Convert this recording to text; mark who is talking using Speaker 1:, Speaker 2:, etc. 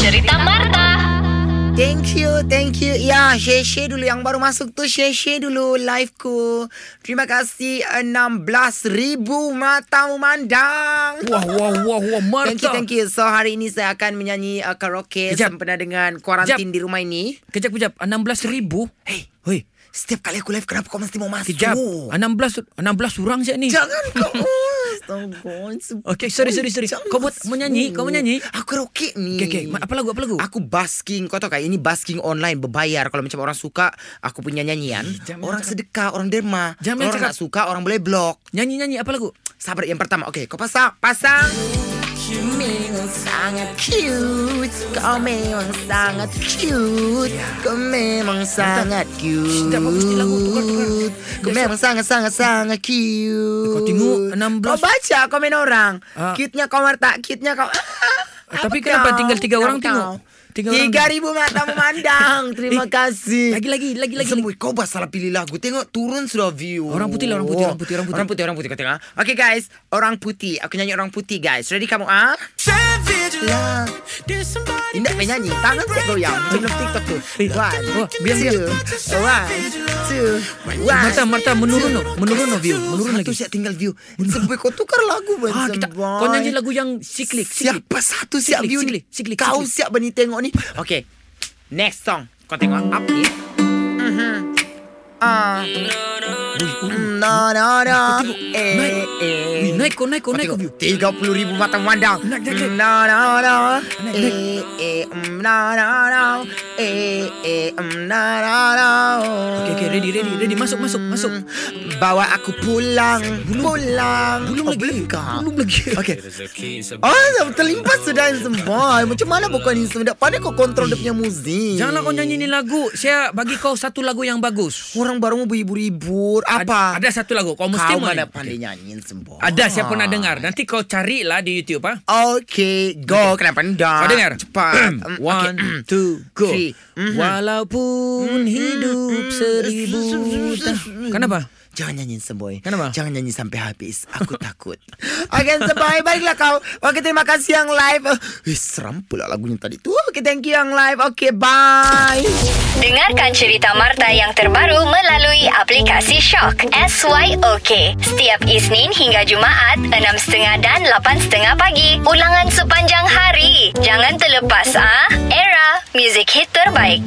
Speaker 1: Cerita Marta.
Speaker 2: Thank you, thank you. Ya, share-share dulu yang baru masuk tu share-share dulu live ku. Terima kasih 16,000 mata memandang.
Speaker 3: Wah, wah, wah, wah, Marta.
Speaker 2: Thank you, thank you. So hari ini saya akan menyanyi uh, karaoke
Speaker 3: Kejap.
Speaker 2: sempena dengan kuarantin
Speaker 3: Kejap.
Speaker 2: di rumah ini.
Speaker 3: Kejap, kejap. 16 ribu?
Speaker 2: Hey,
Speaker 3: Hei,
Speaker 2: setiap kali aku live kenapa kau mesti mau masuk?
Speaker 3: kejap. 16, 16 orang siap ni.
Speaker 2: Jangan kau. Astaga,
Speaker 3: Okay, sorry, sorry, sorry.
Speaker 2: jangan
Speaker 3: Kau buat
Speaker 2: masuk.
Speaker 3: menyanyi, kau menyanyi.
Speaker 2: Aku karaoke ni.
Speaker 3: Okay, okay. Ma- Apa lagu, apa lagu?
Speaker 2: Aku basking Kau tahu kan Ini basking online Berbayar Kalau macam orang suka Aku punya nyanyian
Speaker 3: Ih, jangan
Speaker 2: Orang
Speaker 3: cakap.
Speaker 2: sedekah Orang derma
Speaker 3: Jangan
Speaker 2: Kalau Orang
Speaker 3: cakap.
Speaker 2: tak suka Orang boleh blok
Speaker 3: Nyanyi-nyanyi, apa lagu?
Speaker 2: Sabar yang pertama Okay kau pasang Pasang Memang sangat cute Kau memang sangat cute Kau memang sangat cute
Speaker 3: Sedap, bagus ni lagu. Tukar, tukar.
Speaker 2: Kau
Speaker 3: Sedap,
Speaker 2: memang sangat-sangat-sangat cute
Speaker 3: Kau tengok 16
Speaker 2: Kau baca komen orang
Speaker 3: Ah.
Speaker 2: Cute-nya kau Marta Cute-nya kau Apa
Speaker 3: Tapi kenapa
Speaker 2: kau?
Speaker 3: tinggal tiga
Speaker 2: Ah, Kenapa
Speaker 3: orang tengok?
Speaker 2: kau?
Speaker 3: Tiga orang
Speaker 2: Tiga
Speaker 3: tengok.
Speaker 2: ribu mata memandang Terima
Speaker 3: Eh,
Speaker 2: kasih
Speaker 3: Lagi, lagi, lagi, lagi.
Speaker 2: Sembui kau bah salah pilih lagu Tengok turun sudah view
Speaker 3: Orang putih lah, orang putih, orang putih, orang putih.
Speaker 2: Orang putih orang putih kau tengok ah. Okay guys Orang putih Aku nyanyi orang putih guys Ready kamu ah Lah Indah penyanyi Tangan saya goyang Macam dalam TikTok tu
Speaker 3: Eh,
Speaker 2: One
Speaker 3: wah, biar, biar.
Speaker 2: Two One Two One
Speaker 3: Marta, Marta, menurun no. Menurun no view. Menurun
Speaker 2: Satu
Speaker 3: lagi.
Speaker 2: siap tinggal view Sembui kau tukar lagu Bang
Speaker 3: Ah, kita,
Speaker 2: Sembui.
Speaker 3: kau nyanyi lagu yang siklik, siklik.
Speaker 2: Siapa satu siap
Speaker 3: Siklik,
Speaker 2: view
Speaker 3: siklik,
Speaker 2: ni
Speaker 3: siklik,
Speaker 2: Kau
Speaker 3: siklik.
Speaker 2: siap bani tengok ni Okay Next song Kau tengok apa ni Mhm. Ah Mm, No, no, no.
Speaker 3: Kau Eh. tengok.
Speaker 2: Eh,
Speaker 3: Naik. Wih, naik kau, naik kau, naik kau view.
Speaker 2: Tiga puluh ribu mata memandang.
Speaker 3: Naik, naik, naik.
Speaker 2: Mm, No, no, no.
Speaker 3: Naik, naik.
Speaker 2: Eh, eh, mm, no, no, no. Eh, eh, mm, no, no, no.
Speaker 3: Okay, okay, ready, ready, ready. Masuk, masuk, masuk.
Speaker 2: Bawa aku pulang, pulang.
Speaker 3: Belum
Speaker 2: Oh,
Speaker 3: lagi.
Speaker 2: Belum kah?
Speaker 3: Belum lagi.
Speaker 2: Okay. Oh, dah terlimpas sudah semua. Macam mana bukan ni semua? Dah Pandai kau kontrol dia punya muzik.
Speaker 3: Janganlah kau nyanyi ni lagu. Saya bagi kau satu lagu yang bagus.
Speaker 2: Orang baru mau berhibur.
Speaker 3: Ad-
Speaker 2: Apa?
Speaker 3: Ada satu lagu. Kau Ah. mesti
Speaker 2: Kau
Speaker 3: main.
Speaker 2: mana pandai nyanyiin semua.
Speaker 3: Ada saya pernah dengar. Nanti kau carilah di YouTube ah.
Speaker 2: Okay, go. Kenapa dah?
Speaker 3: Kau dengar?
Speaker 2: Cepat. Mm,
Speaker 3: One,
Speaker 2: okay.
Speaker 3: two, go.
Speaker 2: Three. Mm-hmm. Mhm.
Speaker 3: Walaupun hidup seribu
Speaker 2: Mm-hmm.
Speaker 3: tahun. Kenapa?
Speaker 2: Jangan nyanyiin semboy
Speaker 3: Kenapa?
Speaker 2: Jangan nyanyi sampai habis Aku takut Okay semboy Baiklah kau Okay terima kasih yang live Eh seram pula lagunya tadi tu Okay thank you yang live Okay bye
Speaker 1: Dengarkan cerita Marta yang terbaru melalui aplikasi Shock SYOK setiap Isnin hingga Jumaat 6.30 dan 8.30 pagi. Ulangan sepanjang hari. Jangan terlepas ah. Era, music hit terbaik.